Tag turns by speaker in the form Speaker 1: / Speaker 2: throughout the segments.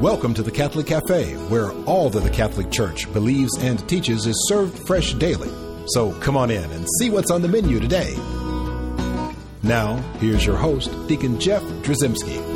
Speaker 1: Welcome to the Catholic Cafe, where all that the Catholic Church believes and teaches is served fresh daily. So come on in and see what's on the menu today. Now, here's your host, Deacon Jeff Drzymski.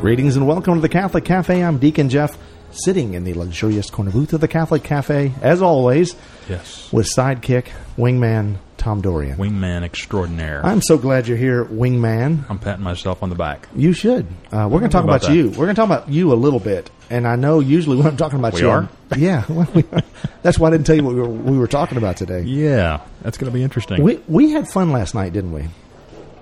Speaker 2: Greetings and welcome to the Catholic Cafe. I'm Deacon Jeff, sitting in the luxurious corner booth of the Catholic Cafe, as always,
Speaker 3: Yes.
Speaker 2: with sidekick, wingman, Tom Dorian.
Speaker 3: Wingman extraordinaire. I'm,
Speaker 2: I'm so glad you're here, wingman.
Speaker 3: patting myself on the back.
Speaker 2: You should. Uh, we're going to talk
Speaker 3: about
Speaker 2: about,
Speaker 3: that.
Speaker 2: you. We're going to talk about you a little bit. And I know usually when I'm talking about
Speaker 3: We
Speaker 2: you,
Speaker 3: are?
Speaker 2: I'm- yeah, well, we are. that's why I didn't tell you what we were, we were talking about today.
Speaker 3: Yeah, that's going to be interesting.
Speaker 2: We we had fun last night, didn't we?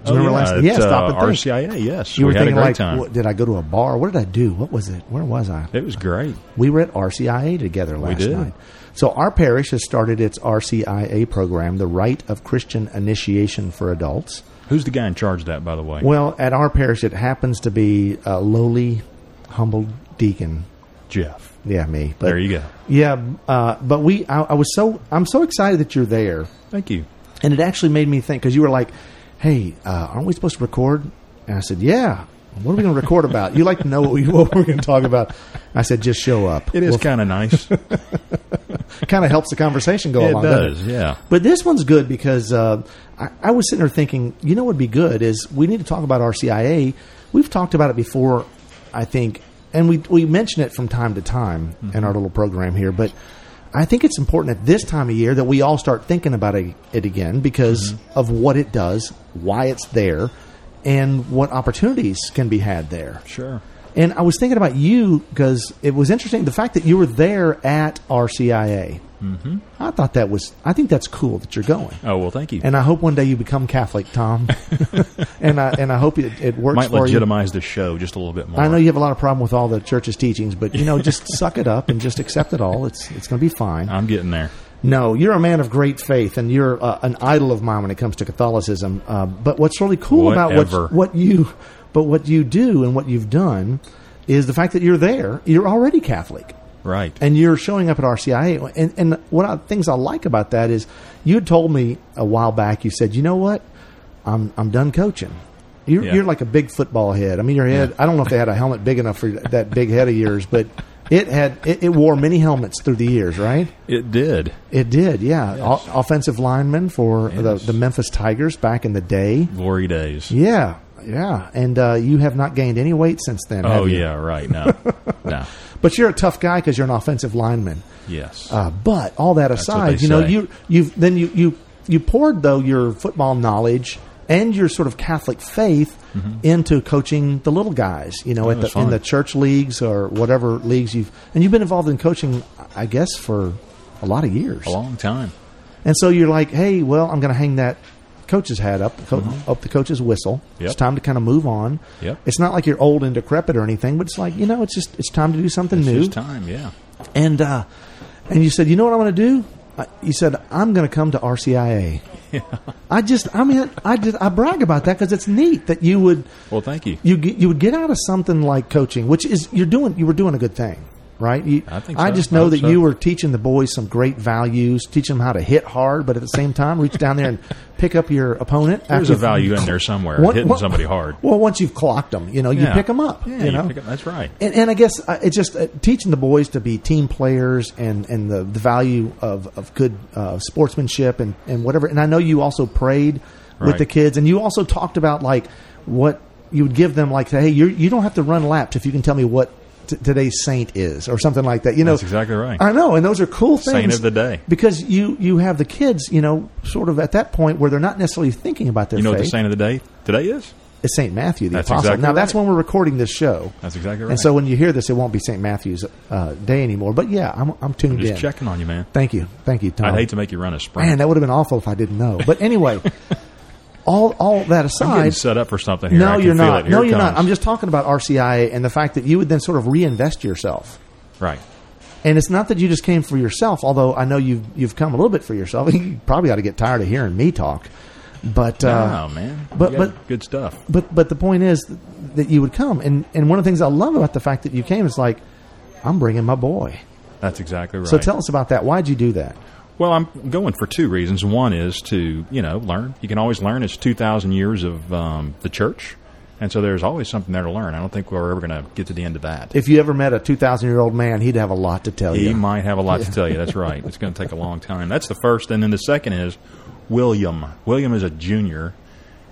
Speaker 3: Oh,
Speaker 2: remember
Speaker 3: yeah,
Speaker 2: last-
Speaker 3: at,
Speaker 2: yeah, stop
Speaker 3: uh,
Speaker 2: and think.
Speaker 3: RCIA, yes.
Speaker 2: You
Speaker 3: we
Speaker 2: were
Speaker 3: had a
Speaker 2: thinking
Speaker 3: great
Speaker 2: like,
Speaker 3: time.
Speaker 2: what- did I go to a bar? What did I do? What was it? Where was I?
Speaker 3: It was great.
Speaker 2: We were at RCIA together last
Speaker 3: did.
Speaker 2: night. So our parish has started its RCIA program, the Rite of Christian Initiation for Adults.
Speaker 3: Who's the guy in charge of that, by the way?
Speaker 2: Well, at our parish, it happens to be a lowly, humble deacon.
Speaker 3: Jeff.
Speaker 2: Yeah, me. But,
Speaker 3: There you go.
Speaker 2: Yeah, uh, but we. I, I was so. I'm so excited that you're there,
Speaker 3: Thank you.
Speaker 2: and it actually made me think because you were like, "Hey, uh, aren't we supposed to record?" And I said, "Yeah." What are we going to record about? You like to know what, we, what we're going to talk about? I said, "Just show up."
Speaker 3: It is kind of nice. it
Speaker 2: kind of helps the conversation go along. doesn't
Speaker 3: does, yeah.
Speaker 2: But this one's good because uh, I, I was sitting there thinking, you know, what would be good is we need to talk about RCIA. We've talked about it before, I think, and we we mention it from time to time
Speaker 3: Mm-hmm.
Speaker 2: in our little program here. But I think it's important at this time of year that we all start thinking about it, it again because
Speaker 3: Mm-hmm.
Speaker 2: of what it does, why it's there, and what opportunities can be had there.
Speaker 3: Sure.
Speaker 2: And I was thinking about you because it was interesting the fact that you were there at RCIA. Mm-hmm. I thought that was. I think that's cool that you're going.
Speaker 3: Oh, well, thank you.
Speaker 2: And I hope one day you become Catholic, Tom. and I and I hope it, it works
Speaker 3: Might
Speaker 2: for you.
Speaker 3: legitimize the show just a little bit more.
Speaker 2: I know you have a lot of problem with all the church's teachings, but you know, just suck it up and just accept it all. It's it's going to be fine.
Speaker 3: I'm getting there.
Speaker 2: No, you're a man of great faith, and you're uh, an idol of mine when it comes to Catholicism. Uh, but what's really cool
Speaker 3: Whatever.
Speaker 2: about what, what you, but what you do and what you've done, is the fact that you're there. You're already Catholic,
Speaker 3: Right.
Speaker 2: and you're showing up at RCIA. And, and one of the things I like about that is you had told me a while back. You said, "You know what? I'm I'm done coaching." You're,
Speaker 3: Yeah.
Speaker 2: you're like a big football head. I mean, your head. I don't know if they had a helmet big enough for that big head of yours, but it had it, it wore many helmets through the years, right?
Speaker 3: it did.
Speaker 2: It did, yeah. O- offensive lineman for the, the Memphis Tigers back in the day.
Speaker 3: Glory days.
Speaker 2: Yeah, yeah. And uh, you have not gained any weight since then.
Speaker 3: oh,
Speaker 2: have you?
Speaker 3: yeah, right. No. no.
Speaker 2: But you're a tough guy because you're an offensive lineman.
Speaker 3: Yes.
Speaker 2: Uh, but all that
Speaker 3: what
Speaker 2: aside,
Speaker 3: they
Speaker 2: you know,
Speaker 3: say.
Speaker 2: you you then you you you poured though your football knowledge and your sort of Catholic faith into coaching the little guys. You know, at
Speaker 3: Mm-hmm. Oh, that's
Speaker 2: the, in
Speaker 3: fine.
Speaker 2: the church leagues or whatever leagues you've and you've been involved in coaching, I guess, for a lot of years.
Speaker 3: a long time.
Speaker 2: And so you're like, hey, well, I'm going to hang that coach's hat up, the co- up the coach's whistle.
Speaker 3: Mm-hmm. Yep.
Speaker 2: It's time to kind of move on.
Speaker 3: Yep.
Speaker 2: It's not like you're old and decrepit or anything, but it's like you know, it's just it's time to do something
Speaker 3: It's
Speaker 2: new.
Speaker 3: just time, yeah.
Speaker 2: And uh, and you said, you know what I'm going to do? I- You said I'm going to come to RCIA. I just, I mean, I just, I brag about that because it's neat that you would
Speaker 3: Well, thank you.
Speaker 2: you get, you would get out of something like coaching, which is you're doing you were doing a good thing, right? You,
Speaker 3: I think so.
Speaker 2: just
Speaker 3: I
Speaker 2: know
Speaker 3: hope
Speaker 2: that
Speaker 3: so.
Speaker 2: you were teaching the boys some great values, teaching them how to hit hard, but at the same time, reach down there and pick up your opponent.
Speaker 3: There's
Speaker 2: after
Speaker 3: a
Speaker 2: you've-
Speaker 3: value in there somewhere.
Speaker 2: One-
Speaker 3: hitting
Speaker 2: one-
Speaker 3: somebody hard.
Speaker 2: Well, once you've clocked them, you know you
Speaker 3: Yeah.
Speaker 2: pick them up.
Speaker 3: Yeah,
Speaker 2: you
Speaker 3: you
Speaker 2: know
Speaker 3: pick 'em- that's right.
Speaker 2: And, and I guess uh, it's just uh, teaching the boys to be team players and, and the, the value of of good uh, sportsmanship and, and whatever. And I know you also prayed with
Speaker 3: Right.
Speaker 2: the kids, and you also talked about like what you would give them, like hey, you're, you don't have to run laps if you can tell me what. T- today's saint is, or something like that. You know,
Speaker 3: That's exactly right.
Speaker 2: I know, and those are cool things.
Speaker 3: Saint of the day.
Speaker 2: because you you have the kids, you know, sort of at that point where they're not necessarily thinking about their
Speaker 3: You know what
Speaker 2: faith.
Speaker 3: the saint of the day today is?
Speaker 2: It's St. Matthew the
Speaker 3: That's
Speaker 2: Apostle.
Speaker 3: exactly
Speaker 2: now, that's
Speaker 3: right.
Speaker 2: when we're recording this show.
Speaker 3: That's exactly right.
Speaker 2: And so when you hear this, it won't be St. Matthew's uh, day anymore. But yeah, I'm, I'm tuned
Speaker 3: just
Speaker 2: in.
Speaker 3: checking on you, man.
Speaker 2: Thank you. Thank you, Tom.
Speaker 3: I'd hate to make you run a sprint.
Speaker 2: Man, that would have been awful if I didn't know. But anyway, all, all that
Speaker 3: I'm getting
Speaker 2: aside.
Speaker 3: set up for something here. I
Speaker 2: No,
Speaker 3: can
Speaker 2: you're
Speaker 3: feel
Speaker 2: not.
Speaker 3: it. Here
Speaker 2: No,
Speaker 3: it
Speaker 2: you're not.
Speaker 3: comes.
Speaker 2: I'm just talking about RCIA and the fact that you would then sort of reinvest yourself.
Speaker 3: right.
Speaker 2: And it's not that you just came for yourself, although I know you've, you've come a little bit for yourself. you probably ought to get tired of hearing me talk. But uh,
Speaker 3: oh man,
Speaker 2: but-
Speaker 3: You got
Speaker 2: but-
Speaker 3: good stuff.
Speaker 2: but but the point is th- that you would come and and one of the things i love about the fact that you came is like i'm bringing my boy
Speaker 3: That's exactly right.
Speaker 2: so tell us about that why'd you do that
Speaker 3: Well, I'm going for two reasons. One is to you know learn. You can always learn. It's two thousand years of um, the church, and so there's always something there to learn. I don't think we're ever going to get to the end of that.
Speaker 2: If you ever met a 2,000 year old man, he'd have a lot to tell
Speaker 3: He
Speaker 2: you.
Speaker 3: might have a lot to tell you. That's right. It's going to take a long time. That's the first, and then the second is William. William is a junior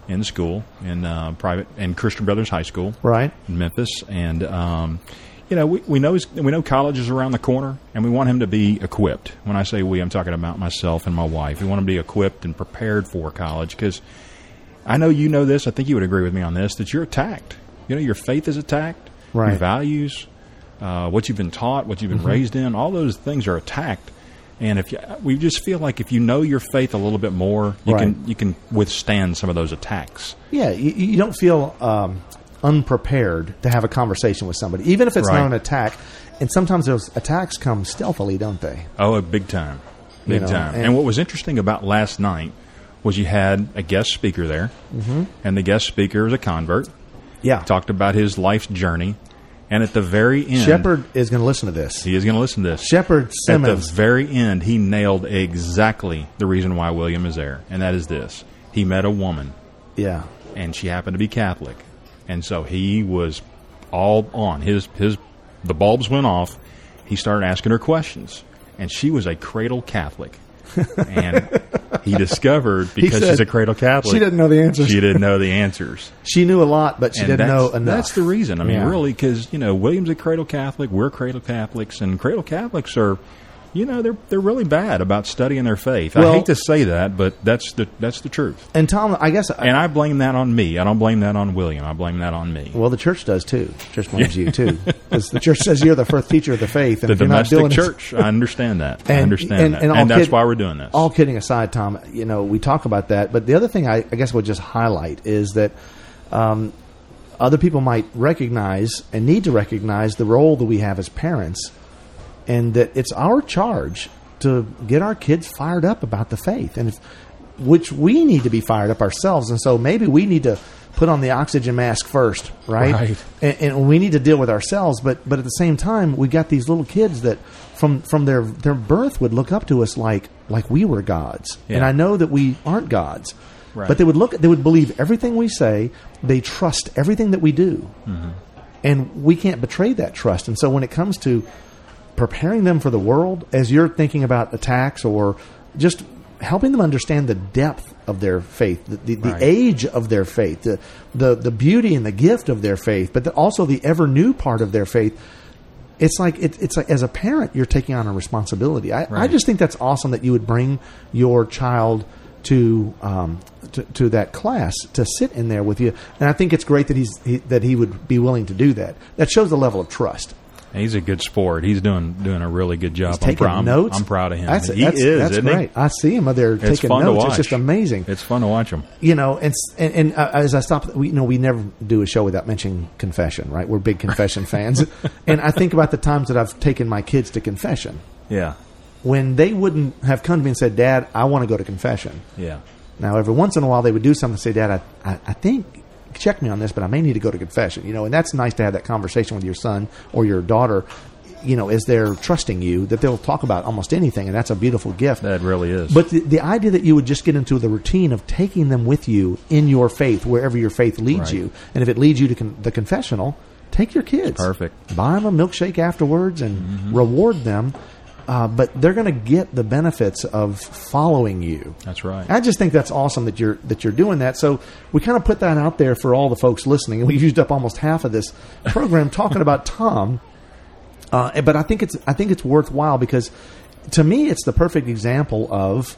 Speaker 3: in school in uh, private and Christian Brothers High School,
Speaker 2: Right?
Speaker 3: in Memphis, and um, you know we, we know he's, we know college is around the corner, and we want him to be equipped. When I say we, I'm talking about myself and my wife. We want him to be equipped and prepared for college because I know you know this. I think you would agree with me on this that you're attacked. You know your faith is attacked.
Speaker 2: Right. Mm-hmm.
Speaker 3: Your values, uh, what you've been taught, what you've been raised in, all those things are attacked. And if you, we just feel like if you know your faith a little bit more, you
Speaker 2: Right.
Speaker 3: can you can withstand some of those attacks.
Speaker 2: Yeah, you, you don't feel um, unprepared to have a conversation with somebody, even if it's
Speaker 3: Right.
Speaker 2: not an attack. And sometimes those attacks come stealthily, don't they?
Speaker 3: Oh, big time, big
Speaker 2: know,
Speaker 3: time. And,
Speaker 2: and-
Speaker 3: what was interesting about last night was you had a guest speaker there, mm-hmm. and the guest speaker is a convert.
Speaker 2: Yeah.
Speaker 3: Talked about his life's journey, and at the very end,
Speaker 2: Shepard is going to listen to this.
Speaker 3: He is going to listen to this.
Speaker 2: Shepard
Speaker 3: At
Speaker 2: Simmons.
Speaker 3: the very end, he nailed exactly the reason why William is there, and that is this: he met a woman,
Speaker 2: Yeah.
Speaker 3: and she happened to be Catholic, and so he was all on his his. The bulbs went off. He started asking her questions, and she was a cradle Catholic, and he discovered because
Speaker 2: said,
Speaker 3: she's a cradle Catholic,
Speaker 2: "She didn't know the answers."
Speaker 3: She didn't know the answers.
Speaker 2: She knew a lot, but she
Speaker 3: And
Speaker 2: didn't know
Speaker 3: that's,
Speaker 2: enough.
Speaker 3: That's the reason. I mean,
Speaker 2: Yeah.
Speaker 3: really, because you know, William's a cradle Catholic. We're cradle Catholics, and cradle Catholics are, you know, they're they're really bad about studying their faith.
Speaker 2: Well-
Speaker 3: I hate to say that, but that's the that's the truth.
Speaker 2: And Tom, I guess, uh,
Speaker 3: And I blame that on me. I don't blame that on William. I blame that on me.
Speaker 2: well, the church does too. church blames you too, because the church says you're the first teacher of the faith, and
Speaker 3: the
Speaker 2: if you're not doing
Speaker 3: domestic
Speaker 2: it-
Speaker 3: church. I understand that. I
Speaker 2: And-
Speaker 3: understand
Speaker 2: and-
Speaker 3: that,
Speaker 2: and
Speaker 3: and,
Speaker 2: all
Speaker 3: that's
Speaker 2: kid-
Speaker 3: why we're doing this.
Speaker 2: All kidding aside, Tom, you know, we talk about that, but the other thing I, I guess we'll just highlight is that um, other people might recognize and need to recognize the role that we have as parents, and that it's our charge to get our kids fired up about the faith, and if, which we need to be fired up ourselves, and so maybe we need to put on the oxygen mask first, right?
Speaker 3: Right.
Speaker 2: and, and we need to deal with ourselves. But but at the same time, we got these little kids that from from their their birth would look up to us like like we were gods. And
Speaker 3: Yeah.
Speaker 2: I know that we aren't gods,
Speaker 3: Right.
Speaker 2: but they would look they would believe everything we say. They trust everything that we do, and we can't betray that trust. And so when it comes to preparing them for the world, as you're thinking about attacks or just helping them understand the depth of their faith, the, the, the
Speaker 3: Right.
Speaker 2: age of their faith, the, the, the beauty and the gift of their faith, but the, also the ever new part of their faith. It's like it, it's like as a parent, you're taking on a responsibility. I, I
Speaker 3: Right.
Speaker 2: just think that's awesome that you would bring your child to, um, to to that class to sit in there with you, and I think it's great that he's he, that he would be willing to do that. That shows the level of trust.
Speaker 3: And he's a good sport. He's doing doing a really good job. I'm
Speaker 2: taking
Speaker 3: proud.
Speaker 2: notes.
Speaker 3: I'm proud of him.
Speaker 2: That's,
Speaker 3: he
Speaker 2: that's,
Speaker 3: is.
Speaker 2: that's
Speaker 3: isn't
Speaker 2: great.
Speaker 3: He?
Speaker 2: I see him out there
Speaker 3: It's
Speaker 2: taking
Speaker 3: fun to
Speaker 2: notes.
Speaker 3: watch.
Speaker 2: It's just amazing.
Speaker 3: It's fun to watch him.
Speaker 2: you know, and s- and, and uh, as I stop, we, you know, we never do a show without mentioning confession, right? We're big confession fans, and I think about the times that I've taken my kids to confession
Speaker 3: Yeah.
Speaker 2: when they wouldn't have come to me and said, "Dad, I want to go to confession."
Speaker 3: Yeah.
Speaker 2: Now, every once in a while, they would do something and say, Dad, I, I, I think, check me on this, but I may need to go to confession. You know, and that's nice to have that conversation with your son or your daughter, you know, as they're trusting you, that they'll talk about almost anything. And that's a beautiful gift.
Speaker 3: That really is.
Speaker 2: But the, the idea that you would just get into the routine of taking them with you in your faith, wherever your faith leads
Speaker 3: Right.
Speaker 2: you, and if it leads you to con- the confessional, take your kids.
Speaker 3: Perfect. Mm-hmm.
Speaker 2: Buy them a milkshake afterwards and reward them. Uh, but they're going to get the benefits of following you.
Speaker 3: That's right.
Speaker 2: I just think that's awesome that you're that you're doing that. So we kind of put that out there for all the folks listening, and we used up almost half of this program talking about Tom. Uh, but I think it's I think it's worthwhile because to me it's the perfect example of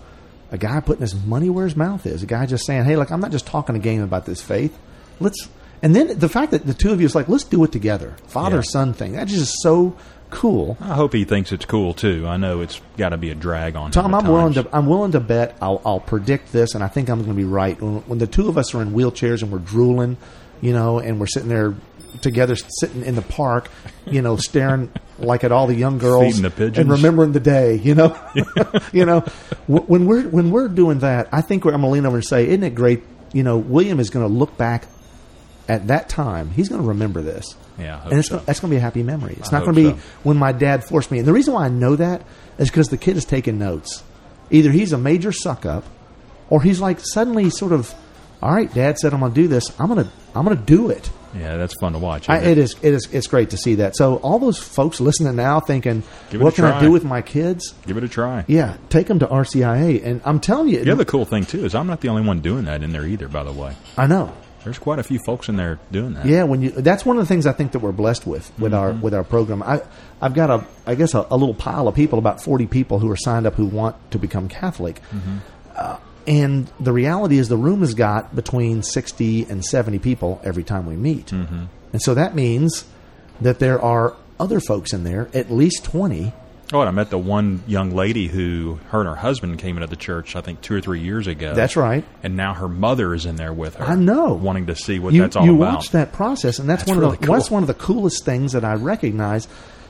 Speaker 2: a guy putting his money where his mouth is. A guy just saying, "Hey, look, I'm not just talking a game about this faith. Let's." And then the fact that the two of you is like, "Let's do it together," father
Speaker 3: Yeah.
Speaker 2: son thing. That's just so cool.
Speaker 3: I hope he thinks it's cool too. I know it's got to be a drag on
Speaker 2: Tom,
Speaker 3: him. at
Speaker 2: I'm willing
Speaker 3: times.
Speaker 2: to I'm willing to bet I'll, I'll predict this, and I think I'm going to be right. When, when the two of us are in wheelchairs and we're drooling, you know, and we're sitting there together, sitting in the park, you know, staring like at all the young girls
Speaker 3: Feeding the pigeons.
Speaker 2: and remembering the day, you know, you know, Wh- when we're when we're doing that, I think we're, I'm going to lean over and say, isn't it great? You know, William is going to look back at that time. He's going to remember this.
Speaker 3: Yeah, I hope
Speaker 2: and it's
Speaker 3: so.
Speaker 2: gonna- that's going to be a happy memory. It's
Speaker 3: I
Speaker 2: not going
Speaker 3: hope
Speaker 2: to be
Speaker 3: so.
Speaker 2: when my dad forced me. And the reason why I know that is because the kid is taking notes. Either he's a major suck up, or he's like suddenly sort of, all right, Dad said I'm going to do this. I'm going to I'm going to do it.
Speaker 3: Yeah, that's fun to watch.
Speaker 2: I,
Speaker 3: isn't it?
Speaker 2: it is it is it's great to see that. So all those folks listening now thinking,
Speaker 3: Give it
Speaker 2: what
Speaker 3: a
Speaker 2: can I
Speaker 3: try.
Speaker 2: do with my kids?
Speaker 3: Give it a try.
Speaker 2: Yeah, take them to RCIA, and I'm telling you,
Speaker 3: The other cool thing too is I'm not the only one doing that in there either. By the way,
Speaker 2: I know.
Speaker 3: there's quite a few folks in there doing that.
Speaker 2: Yeah, when you that's one of the things I think that we're blessed with with our
Speaker 3: Mm-hmm.
Speaker 2: with our program. I I've got a I guess a, a little pile of people, about forty people who are signed up who want to become Catholic.
Speaker 3: Mm-hmm.
Speaker 2: Uh, and the reality is, the room has got between sixty and seventy people every time we meet,
Speaker 3: Mm-hmm.
Speaker 2: and so that means that there are other folks in there, at least twenty.
Speaker 3: Oh, and I met the one young lady who her and her husband came into the church. I think two or three years ago.
Speaker 2: That's right.
Speaker 3: And now her mother is in there with her.
Speaker 2: I know.
Speaker 3: wanting to see what
Speaker 2: you,
Speaker 3: that's all
Speaker 2: you
Speaker 3: about.
Speaker 2: watch that process, and that's,
Speaker 3: That's
Speaker 2: one
Speaker 3: really
Speaker 2: of the
Speaker 3: cool.
Speaker 2: that's one of the coolest things that I recognize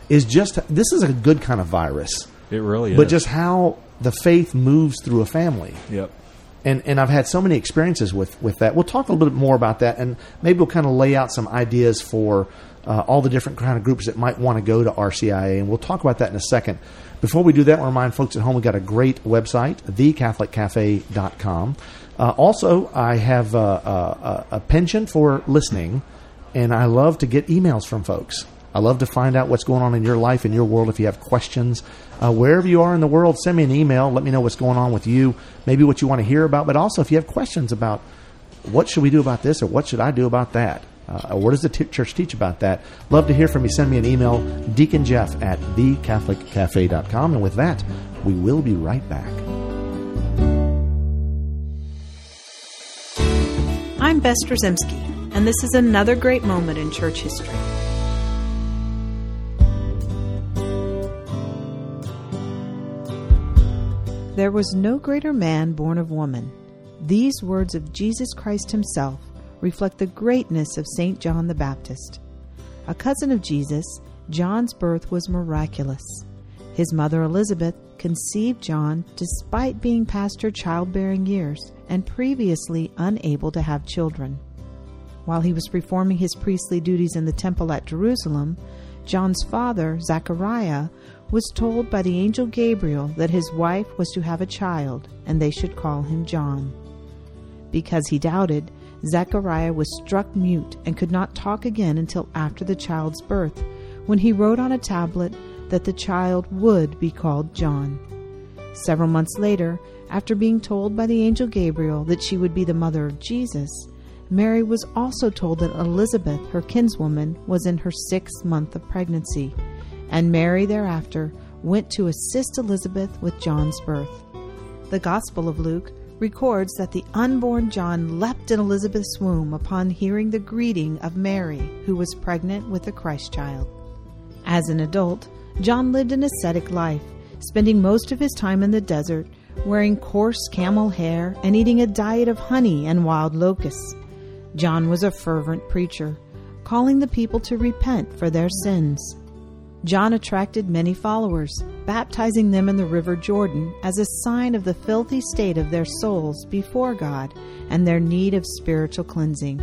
Speaker 2: is just this is a good kind of virus,
Speaker 3: It really
Speaker 2: but
Speaker 3: is.
Speaker 2: just how the faith moves through a family.
Speaker 3: yep.
Speaker 2: And and I've had so many experiences with with that. We'll talk a little bit more about that, and maybe we'll kind of lay out some ideas for. Uh, all the different kind of groups that might want to go to RCIA, and we'll talk about that in a second. Before we do that, I want to remind folks at home we've got a great website, thecatholiccafe.com. Uh, also, I have a, a, a penchant for listening and I love to get emails from folks. I love to find out what's going on in your life, in your world. If you have questions, uh, wherever you are in the world, send me an email. Let me know what's going on with you, maybe what you want to hear about, but also if you have questions about what should we do about this or what should I do about that, uh, or what does the t- church teach about that, love to hear from you. Send me an email, Deacon Jeff at thecatholiccafe.com. And with that, we will be right back.
Speaker 4: I'm Bess Drzymski, and this is another great moment in church history. There was no greater man born of woman. These words of Jesus Christ himself reflect the greatness of St. John the Baptist. A cousin of Jesus, John's birth was miraculous. His mother Elizabeth conceived John despite being past her childbearing years and previously unable to have children. While he was performing his priestly duties in the temple at Jerusalem, John's father, Zechariah, was told by the angel Gabriel that his wife was to have a child and they should call him John. Because he doubted, Zechariah was struck mute and could not talk again until after the child's birth, when he wrote on a tablet that the child would be called John. Several months later, after being told by the angel Gabriel that she would be the mother of Jesus, Mary was also told that Elizabeth, her kinswoman, was in her sixth month of pregnancy, and Mary thereafter went to assist Elizabeth with John's birth. The Gospel of Luke records that the unborn John leapt in Elizabeth's womb upon hearing the greeting of Mary, who was pregnant with the Christ child. As an adult, John lived an ascetic life, spending most of his time in the desert, wearing coarse camel hair, and eating a diet of honey and wild locusts. John was a fervent preacher, calling the people to repent for their sins. John attracted many followers, baptizing them in the River Jordan as a sign of the filthy state of their souls before God and their need of spiritual cleansing.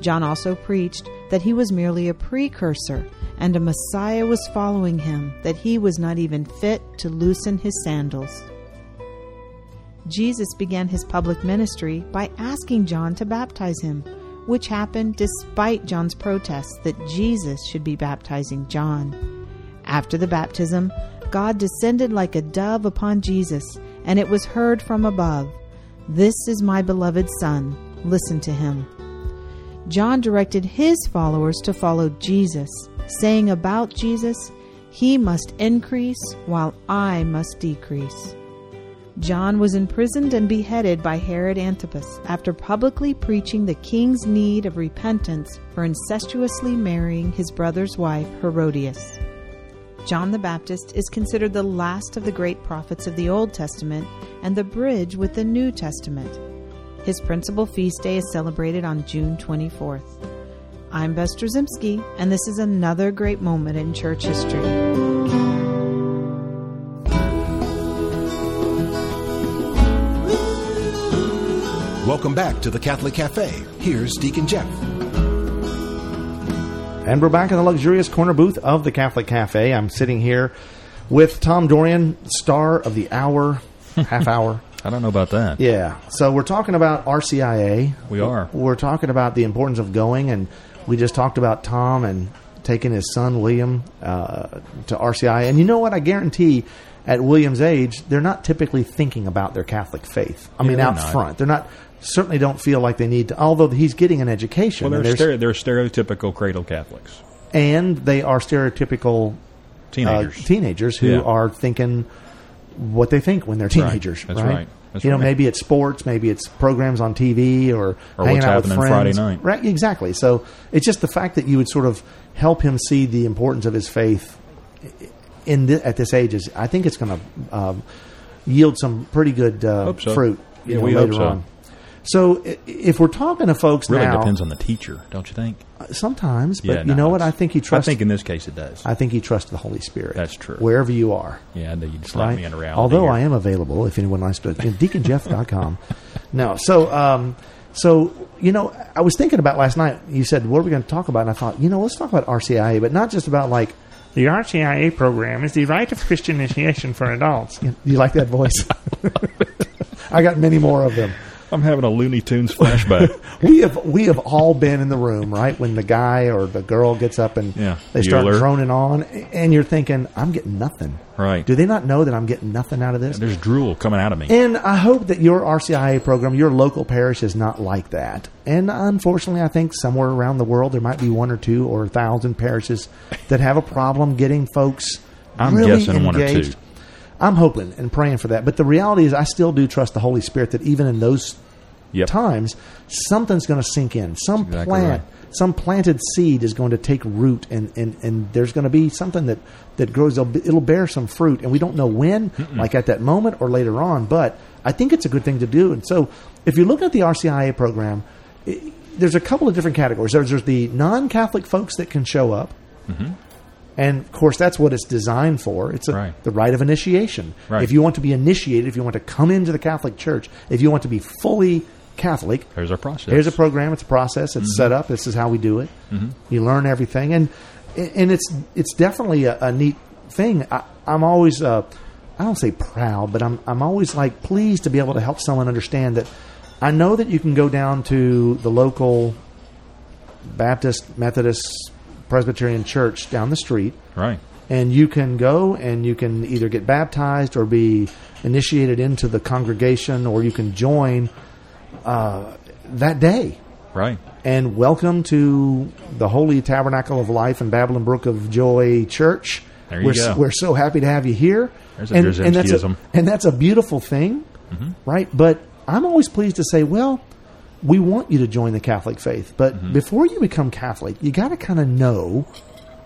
Speaker 4: John also preached that he was merely a precursor and a Messiah was following him, that he was not even fit to loosen his sandals. Jesus began his public ministry by asking John to baptize him, which happened despite John's protests that Jesus should be baptizing John. After the baptism, God descended like a dove upon Jesus, and it was heard from above This is my beloved Son, listen to him. John directed his followers to follow Jesus, saying about Jesus, He must increase while I must decrease. John was imprisoned and beheaded by Herod Antipas after publicly preaching the king's need of repentance for incestuously marrying his brother's wife, Herodias. John the Baptist is considered the last of the great prophets of the Old Testament and the bridge with the New Testament. His principal feast day is celebrated on June 24th. I'm Bess Drzymski, and this is another great moment in church history.
Speaker 1: Welcome back to the Catholic Cafe. Here's Deacon Jeff.
Speaker 2: And we're back in the luxurious corner booth of the Catholic Cafe. I'm sitting here with Tom Dorian, star of the hour, half hour.
Speaker 3: I don't know about that.
Speaker 2: Yeah. So we're talking about RCIA.
Speaker 3: We are.
Speaker 2: We're talking about the importance of going, and we just talked about Tom and taking his son William uh, to RCIA. And you know what? I guarantee, at William's age, they're not typically thinking about their Catholic faith. I mean,
Speaker 3: they're
Speaker 2: out
Speaker 3: not.
Speaker 2: front, they're not. Certainly, don't feel like they need to. Although he's getting an education,
Speaker 3: Well,
Speaker 2: and,
Speaker 3: they're,
Speaker 2: there's-
Speaker 3: stere- they're stereotypical cradle Catholics,
Speaker 2: and they are stereotypical
Speaker 3: teenagers.
Speaker 2: uh, teenagers who
Speaker 3: Yeah.
Speaker 2: are thinking what they think when they're
Speaker 3: right.
Speaker 2: teenagers.
Speaker 3: That's right. That's
Speaker 2: you know,
Speaker 3: right.
Speaker 2: maybe it's sports, maybe it's programs on TV, or,
Speaker 3: Or
Speaker 2: hanging
Speaker 3: what's
Speaker 2: out with
Speaker 3: happening
Speaker 2: friends.
Speaker 3: Friday night.
Speaker 2: Right. Exactly. So it's just the fact that you would sort of help him see the importance of his faith in thi- at this age is. I think it's going to um, yield some pretty good uh,
Speaker 3: Hope so.
Speaker 2: fruit. You
Speaker 3: Yeah,
Speaker 2: know,
Speaker 3: we hope
Speaker 2: later
Speaker 3: so.
Speaker 2: on. So i- if we're talking to folks
Speaker 3: really
Speaker 2: now,
Speaker 3: depends on the teacher, don't you think?
Speaker 2: sometimes, but
Speaker 3: Yeah,
Speaker 2: you
Speaker 3: no,
Speaker 2: know what? I
Speaker 3: it's-
Speaker 2: think you trust.
Speaker 3: I think in this case it does.
Speaker 2: I think you trust the Holy Spirit.
Speaker 3: That's true.
Speaker 2: Wherever you are.
Speaker 3: yeah, no, you just slap me in reality.
Speaker 2: Although
Speaker 3: here.
Speaker 2: I am available if anyone wants to, deaconjeff.com. no, so um, so you know, I was thinking about last night. You said, "What are we going to talk about?" And I thought, you know, let's talk about RCIA, but not just about like.
Speaker 5: The RCIA program is the rite of Christian initiation for adults.
Speaker 2: Do you like that voice? I got many more of them.
Speaker 3: I'm having a Looney Tunes flashback.
Speaker 2: We have we have all been in the room, right? When the guy or the girl gets up and
Speaker 3: Yeah.
Speaker 2: they start
Speaker 3: Bueller.
Speaker 2: droning on, and you're thinking, "I'm getting nothing."
Speaker 3: Right.
Speaker 2: Do they not know that I'm getting nothing out of this?
Speaker 3: There's drool coming out of me.
Speaker 2: And I hope that your RCIA program, your local parish, is not like that. And unfortunately, I think somewhere around the world there might be one or two or a thousand parishes that have a problem getting folks
Speaker 3: I'm
Speaker 2: really
Speaker 3: guessing one or two.
Speaker 2: engaged. I'm hoping and praying for that. But the reality is, I still do trust the Holy Spirit that even in those
Speaker 3: Yep.
Speaker 2: times, something's going to sink in. Some
Speaker 3: Exactly
Speaker 2: plant, some planted seed is going to take root, and, and, and there's going to be something that, that grows. It'll, be- it'll bear some fruit, and we don't know when, like at that moment or later on. But I think it's a good thing to do. And so, if you look at the RCIA program, i there's a couple of different categories. There's, there's the non-Catholic folks that can show up.
Speaker 3: Mm-hmm.
Speaker 2: And of course, that's what it's designed for. It's a,
Speaker 3: Right.
Speaker 2: the rite of initiation.
Speaker 3: Right.
Speaker 2: If you want to be initiated, if you want to come into the Catholic Church, if you want to be fully Catholic,
Speaker 3: There's our process.
Speaker 2: here's a program. It's a process. It's set up. This is how we do it. You learn everything, and and it's it's definitely a, a neat thing. I, I'm always uh, I don't say proud, but I'm I'm always like pleased to be able to help someone understand that. I know that you can go down to the local Baptist, Methodist, Presbyterian church down the street,
Speaker 3: right.
Speaker 2: and you can go and you can either get baptized or be initiated into the congregation or you can join uh, that day
Speaker 3: Right.
Speaker 2: and welcome to the holy tabernacle of life and babylon brook of joy church
Speaker 3: There you
Speaker 2: we're,
Speaker 3: go.
Speaker 2: we're so happy to have you here
Speaker 3: There's a Mm-hmm.
Speaker 2: and, and, that's a,
Speaker 3: Brzezinskiism.
Speaker 2: and that's a beautiful thing right but i'm always pleased to say well we want you to join the catholic faith but
Speaker 3: Mm-hmm.
Speaker 2: before you become catholic you got to kind of know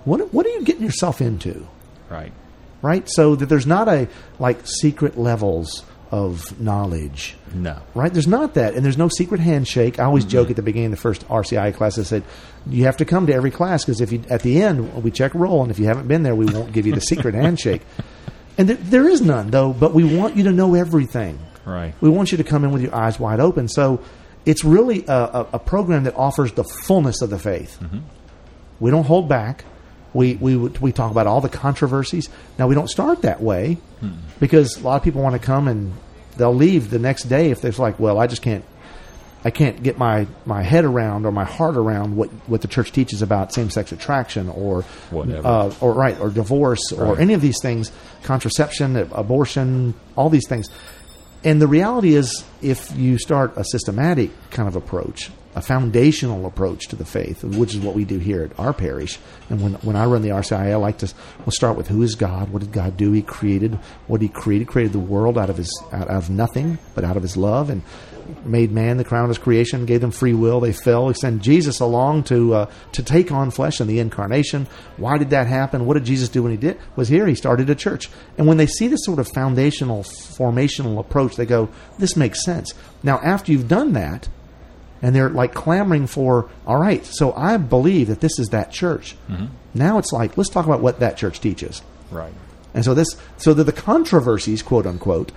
Speaker 2: what, what are you getting yourself into
Speaker 3: Right.
Speaker 2: right? So that there's not a like secret levels of knowledge,
Speaker 3: No.
Speaker 2: right? There's not that, and there's no secret handshake. I always joke at the beginning of the first RCI class. I said you have to come to every class because if you at the end we check roll, and if you haven't been there, we won't give you the secret handshake. And there, there is none though, but we want you to know everything.
Speaker 3: Right.
Speaker 2: We want you to come in with your eyes wide open. So it's really a, a, a program that offers the fullness of the faith. We don't hold back. We, we would- we talk about all the controversies. Now we don't start that way because a lot of people want to come and they'll leave the next day if they're like, well, I just can't, I can't get my, my head around or my heart around what, what the church teaches about same sex attraction or
Speaker 3: Whatever.
Speaker 2: uh, or right or divorce or
Speaker 3: Right.
Speaker 2: any of these things, contraception, abortion, all these things. And the reality is, if you start a systematic kind of approach, a foundational approach to the faith, which is what we do here at our parish, and when, when I run the RCIA, I like to we'll start with who is God, what did God do? He created what He created, created the world out of His out of nothing, but out of His love, and made man the crown of His creation, gave them free will. They fell. He sent Jesus along to uh, to take on flesh in the incarnation. Why did that happen? What did Jesus do when He did was here? He started a church, and when they see this sort of foundational formational approach, they go, "This makes sense." Now, after you've done that, and they're like clamoring for all right so i believe that this is that church now it's like let's talk about what that church teaches
Speaker 3: Right.
Speaker 2: and so this so that the controversies quote unquote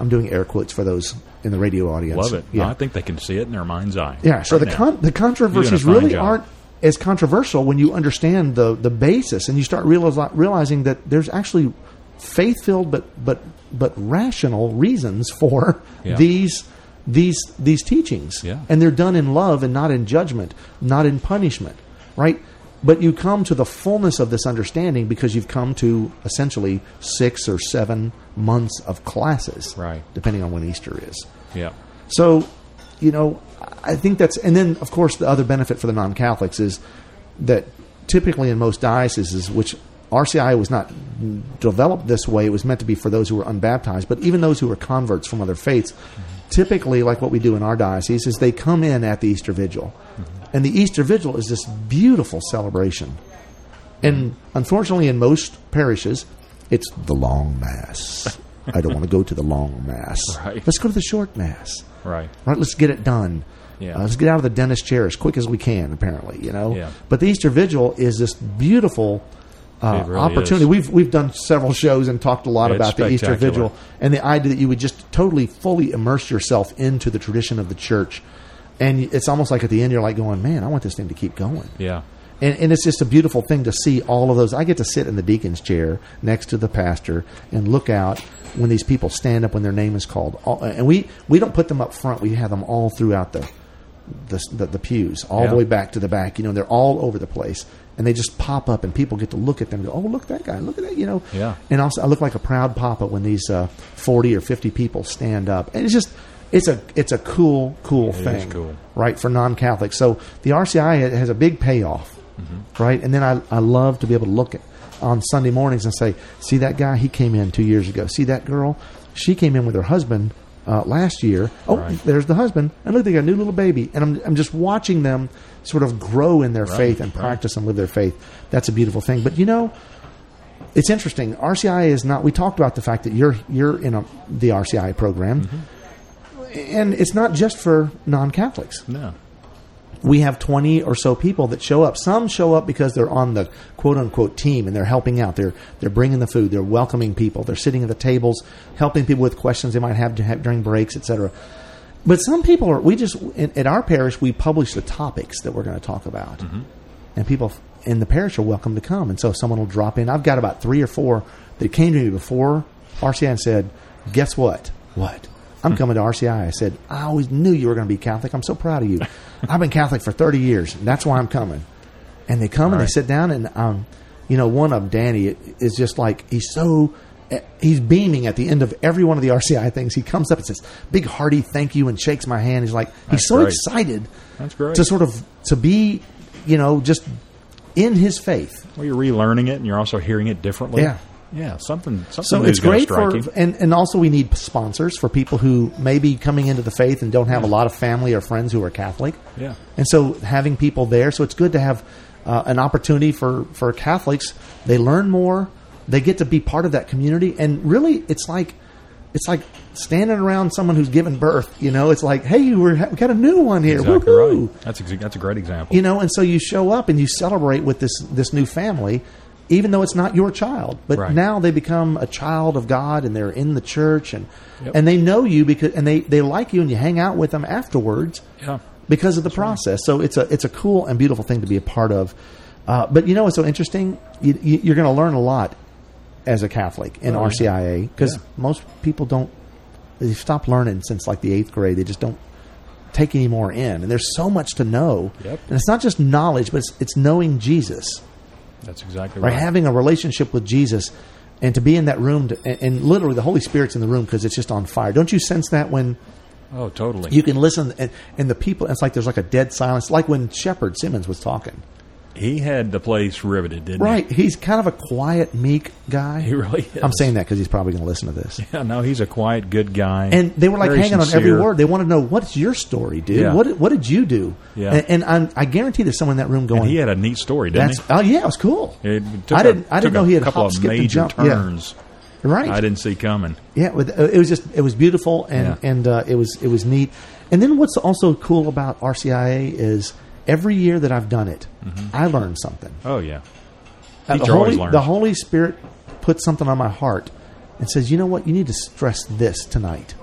Speaker 2: i'm doing air quotes for those in the radio audience
Speaker 3: Love it.
Speaker 2: yeah
Speaker 3: I think they can see it in their mind's eye.
Speaker 2: yeah so
Speaker 3: Right
Speaker 2: the
Speaker 3: now.
Speaker 2: con- the controversies
Speaker 3: You're doing a fine
Speaker 2: really
Speaker 3: job.
Speaker 2: aren't as controversial when you understand the the basis and you start realize, realizing that there's actually faith-filled but but but rational reasons for
Speaker 3: Yeah.
Speaker 2: these these these teachings
Speaker 3: Yeah.
Speaker 2: and they're done in love and not in judgment not in punishment right but you come to the fullness of this understanding because you've come to essentially 6 or 7 months of classes
Speaker 3: Right.
Speaker 2: depending on when Easter is
Speaker 3: Yeah.
Speaker 2: so, you know, I think that's, and then of course the other benefit for the non-Catholics is that typically in most dioceses, which RCI was not developed this way, it was meant to be for those who were unbaptized, but even those who were converts from other faiths, typically like what we do in our diocese is they come in at the Easter Vigil, and the Easter Vigil is this beautiful celebration, and unfortunately in most parishes, it's the long mass. I don't want to go to the long mass.
Speaker 3: Right.
Speaker 2: Let's go to the short mass
Speaker 3: Right.
Speaker 2: right? Let's get it done.
Speaker 3: Yeah.
Speaker 2: Uh, let's get out of the dentist chair as quick as we can. Apparently, you know.
Speaker 3: Yeah.
Speaker 2: But the Easter Vigil is this beautiful uh,
Speaker 3: It really
Speaker 2: opportunity.
Speaker 3: is.
Speaker 2: We've we've done several shows and talked a lot
Speaker 3: It's
Speaker 2: about the Easter
Speaker 3: spectacular.
Speaker 2: Vigil and the idea that you would just totally fully immerse yourself into the tradition of the church, and it's almost like at the end you're like going, "Man, I want this thing to keep going."
Speaker 3: Yeah.
Speaker 2: And, and it's just a beautiful thing to see all of those. I get to sit in the deacon's chair next to the pastor and look out when these people stand up when their name is called. All- And we, we don't put them up front. We have them all throughout the the, the, the pews, all
Speaker 3: Yeah.
Speaker 2: the way back to the back. You know, they're all over the place, and they just pop up, and people get to look at them. and go, oh, look that guy! Look at that! You know.
Speaker 3: Yeah.
Speaker 2: And also, I look like a proud papa when these uh, forty or fifty people stand up, and it's just. It's a it's a cool cool
Speaker 3: is
Speaker 2: thing
Speaker 3: cool.
Speaker 2: right, for non Catholics. So the RCI ha- has a big payoff,
Speaker 3: Mm-hmm.
Speaker 2: right? And then I, I love to be able to look at on Sunday mornings and say, see that guy, he came in two years ago. See that girl, she came in with her husband uh, last year. Oh,
Speaker 3: Right.
Speaker 2: there's the husband. And look, they got a new little baby. And I'm, I'm just watching them sort of grow in their faith and
Speaker 3: right.
Speaker 2: practice and live their faith. That's a beautiful thing. But you know, it's interesting. RCI is not. We talked about the fact that you're you're in a, the RCI program,
Speaker 3: Mm-hmm.
Speaker 2: and it's not just for non-Catholics
Speaker 3: No.
Speaker 2: we have 20 or so people that show up. Some show up because they're on the quote unquote team and they're helping out. They're, they're bringing the food. They're welcoming people. They're sitting at the tables, helping people with questions they might have, to have during breaks, etc. But some people are, we just, in, at our parish, we publish the topics that we're going to talk about. And people in the parish are welcome to come. And so someone will drop in. I've got about three or four that came to me before RCI and said, Guess what? What?
Speaker 3: Hmm.
Speaker 2: I'm coming to RCI. I said, I always knew you were going to be Catholic. I'm so proud of you. I've been Catholic for 30 years, and that's why I'm coming. And they come and they sit down, and um, you know, one of them, Danny, is just like he's so eh, he's beaming at the end of every one of the RCI things. He comes up and says, "Big hearty thank you," and shakes my hand. He's like he's
Speaker 3: That's
Speaker 2: so
Speaker 3: great.
Speaker 2: excited.
Speaker 3: That's great.
Speaker 2: to sort of to be, you know, just in his faith.
Speaker 3: Well, you're relearning it, and you're also hearing it differently.
Speaker 2: Yeah.
Speaker 3: Yeah. Something. Something.
Speaker 2: So
Speaker 3: new's
Speaker 2: it's
Speaker 3: gonna
Speaker 2: great
Speaker 3: strike
Speaker 2: for,
Speaker 3: you.
Speaker 2: and, and also we need sponsors for people who may be coming into the faith and don't have a lot of family or friends who are Catholic.
Speaker 3: Yeah.
Speaker 2: And so having people there, so it's good to have uh, an opportunity for, for Catholics. They learn more, they get to be part of that community, and really it's like, it's like standing around someone who's given birth, you know, it's like, hey, we're, we got a new one here.
Speaker 3: Exactly
Speaker 2: Woohoo!
Speaker 3: right. That's exa- that's a great example.
Speaker 2: you know and so you show up and you celebrate with this this new family even though it's not your child but
Speaker 3: Right.
Speaker 2: now they become a child of god and they're in the church and
Speaker 3: Yep.
Speaker 2: and they know you because and they they like you and you hang out with them afterwards
Speaker 3: Yeah.
Speaker 2: because of the process so it's a it's a cool and beautiful thing to be a part of uh, but you know what's so interesting you, you, you're going to learn a lot as a catholic in rcia because
Speaker 3: Oh, Yeah.
Speaker 2: most people don't they stop learning since like the eighth grade they just don't take any more in. And there's so much to know.
Speaker 3: Yep.
Speaker 2: And it's not just knowledge, but it's, it's knowing Jesus,
Speaker 3: That's exactly
Speaker 2: right?
Speaker 3: right.
Speaker 2: Having a relationship with Jesus and to be in that room. To, and, and literally, the Holy Spirit's in the room because it's just on fire. Don't you sense that when
Speaker 3: oh, totally.
Speaker 2: you can listen and, and the people, it's like there's like a dead silence, like when Shepard Simmons was talking.
Speaker 3: he had the place riveted, didn't
Speaker 2: Right. He's kind of a quiet, meek guy.
Speaker 3: he? He really. Is.
Speaker 2: I'm saying that because he's probably going to listen to this.
Speaker 3: Yeah, no, he's a quiet, good guy.
Speaker 2: and they were like
Speaker 3: Very
Speaker 2: hanging on every
Speaker 3: sincere.
Speaker 2: word. They want to know what's your story, dude.
Speaker 3: Yeah.
Speaker 2: What what did you do?
Speaker 3: Yeah.
Speaker 2: And, and I'm, I guarantee there's someone in that room going.
Speaker 3: And he had a neat story, didn't
Speaker 2: that's oh yeah, it was cool.
Speaker 3: he? It took
Speaker 2: I didn't
Speaker 3: A,
Speaker 2: I
Speaker 3: took
Speaker 2: didn't know he had
Speaker 3: a couple
Speaker 2: hop,
Speaker 3: of
Speaker 2: skip, and
Speaker 3: major
Speaker 2: jump.
Speaker 3: turns.
Speaker 2: Yeah, right.
Speaker 3: I didn't see coming.
Speaker 2: Yeah, with- uh, it was just it was beautiful and
Speaker 3: Yeah.
Speaker 2: and uh, it was it was neat. And then what's also cool about RCIA is every year that I've done it, I learned something.
Speaker 3: Oh yeah,
Speaker 2: Uh, the,
Speaker 3: Mm-hmm. Teacher always
Speaker 2: Holy,
Speaker 3: learns.
Speaker 2: the Holy Spirit put something on my heart and says, you know what, you need to stress this tonight.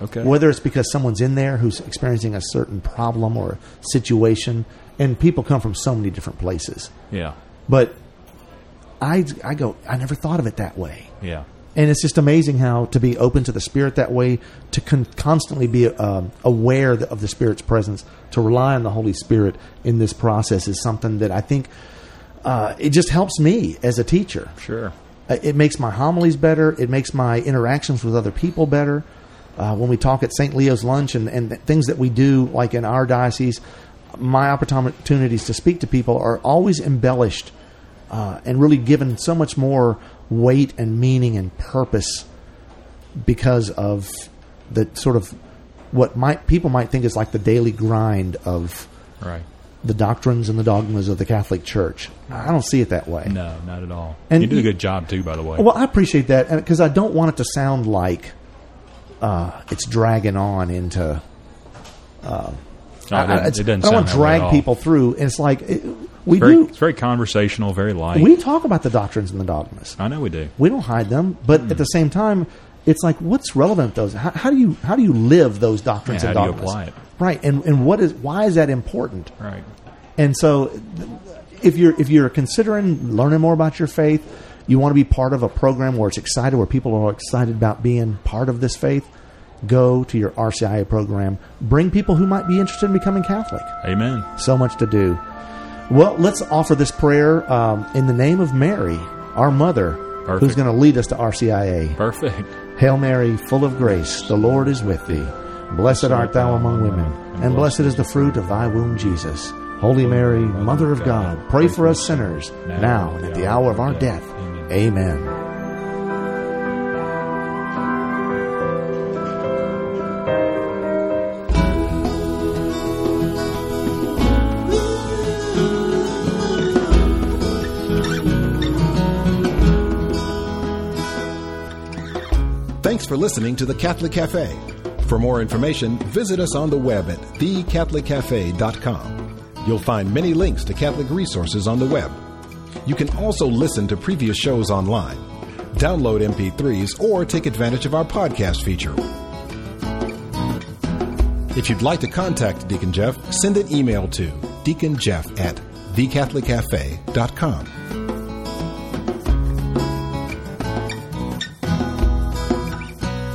Speaker 3: okay.
Speaker 2: whether it's because someone's in there who's experiencing a certain problem or situation and people come from so many different places
Speaker 3: Yeah,
Speaker 2: but I, I go, I never thought of it that way.
Speaker 3: Yeah.
Speaker 2: And it's just amazing how to be open to the Spirit that way, to con- constantly be um, aware th- of the Spirit's presence, to rely on the Holy Spirit in this process is something that I think uh, it just helps me as a teacher.
Speaker 3: Sure.
Speaker 2: Uh, It makes my homilies better. It makes my interactions with other people better. Uh, when we talk at St. Leo's lunch and, and the things that we do, like in our diocese, my opportunities to speak to people are always embellished uh, and really given so much more weight and meaning and purpose because of the sort of what might people might think is like the daily grind of
Speaker 3: Right.
Speaker 2: the doctrines and the dogmas of the Catholic Church. I don't see it that way.
Speaker 3: No, not at all.
Speaker 2: And
Speaker 3: you did a
Speaker 2: you-
Speaker 3: good job too, by the way.
Speaker 2: Well, I appreciate that because I don't want it to sound like uh, it's dragging on into.
Speaker 3: No, Oh, it,
Speaker 2: I- I-
Speaker 3: doesn't-
Speaker 2: it's-
Speaker 3: it doesn't
Speaker 2: I don't
Speaker 3: sound
Speaker 2: want to
Speaker 3: that way at
Speaker 2: drag
Speaker 3: all.
Speaker 2: people through. And it's like it, we
Speaker 3: Very,
Speaker 2: do.
Speaker 3: It's very conversational, very light.
Speaker 2: We talk about the doctrines and the dogmas.
Speaker 3: I know we do.
Speaker 2: We don't hide them, but
Speaker 3: Hmm.
Speaker 2: at the same time, it's like what's relevant to those? How, how do you how do you live those doctrines
Speaker 3: Yeah,
Speaker 2: and
Speaker 3: how do you
Speaker 2: dogmas?
Speaker 3: apply it?
Speaker 2: Right, and and what is why is that important?
Speaker 3: Right.
Speaker 2: And so, th- if you're if you're considering learning more about your faith, you want to be part of a program where it's excited, where people are excited about being part of this faith. Go to your RCIA program. Bring people who might be interested in becoming Catholic.
Speaker 3: Amen.
Speaker 2: So much to do. Well, let's offer this prayer um, in the name of Mary, our mother, who's
Speaker 3: Perfect.
Speaker 2: going to lead us to RCIA.
Speaker 3: Perfect.
Speaker 2: Hail Mary, full of grace, the Lord is with thee. Blessed art thou among women, and blessed is the fruit of thy womb, Jesus. Holy Mary, Mother of God, pray for us sinners, now and at the hour of our death. Amen.
Speaker 1: Thanks for listening to The Catholic Cafe. For more information, visit us on the web at thecatholiccafe.com. You'll find many links to Catholic resources on the web. You can also listen to previous shows online, download MP3s, or take advantage of our podcast feature. If you'd like to contact Deacon Jeff, send an email to deaconjeff at thecatholiccafe.com.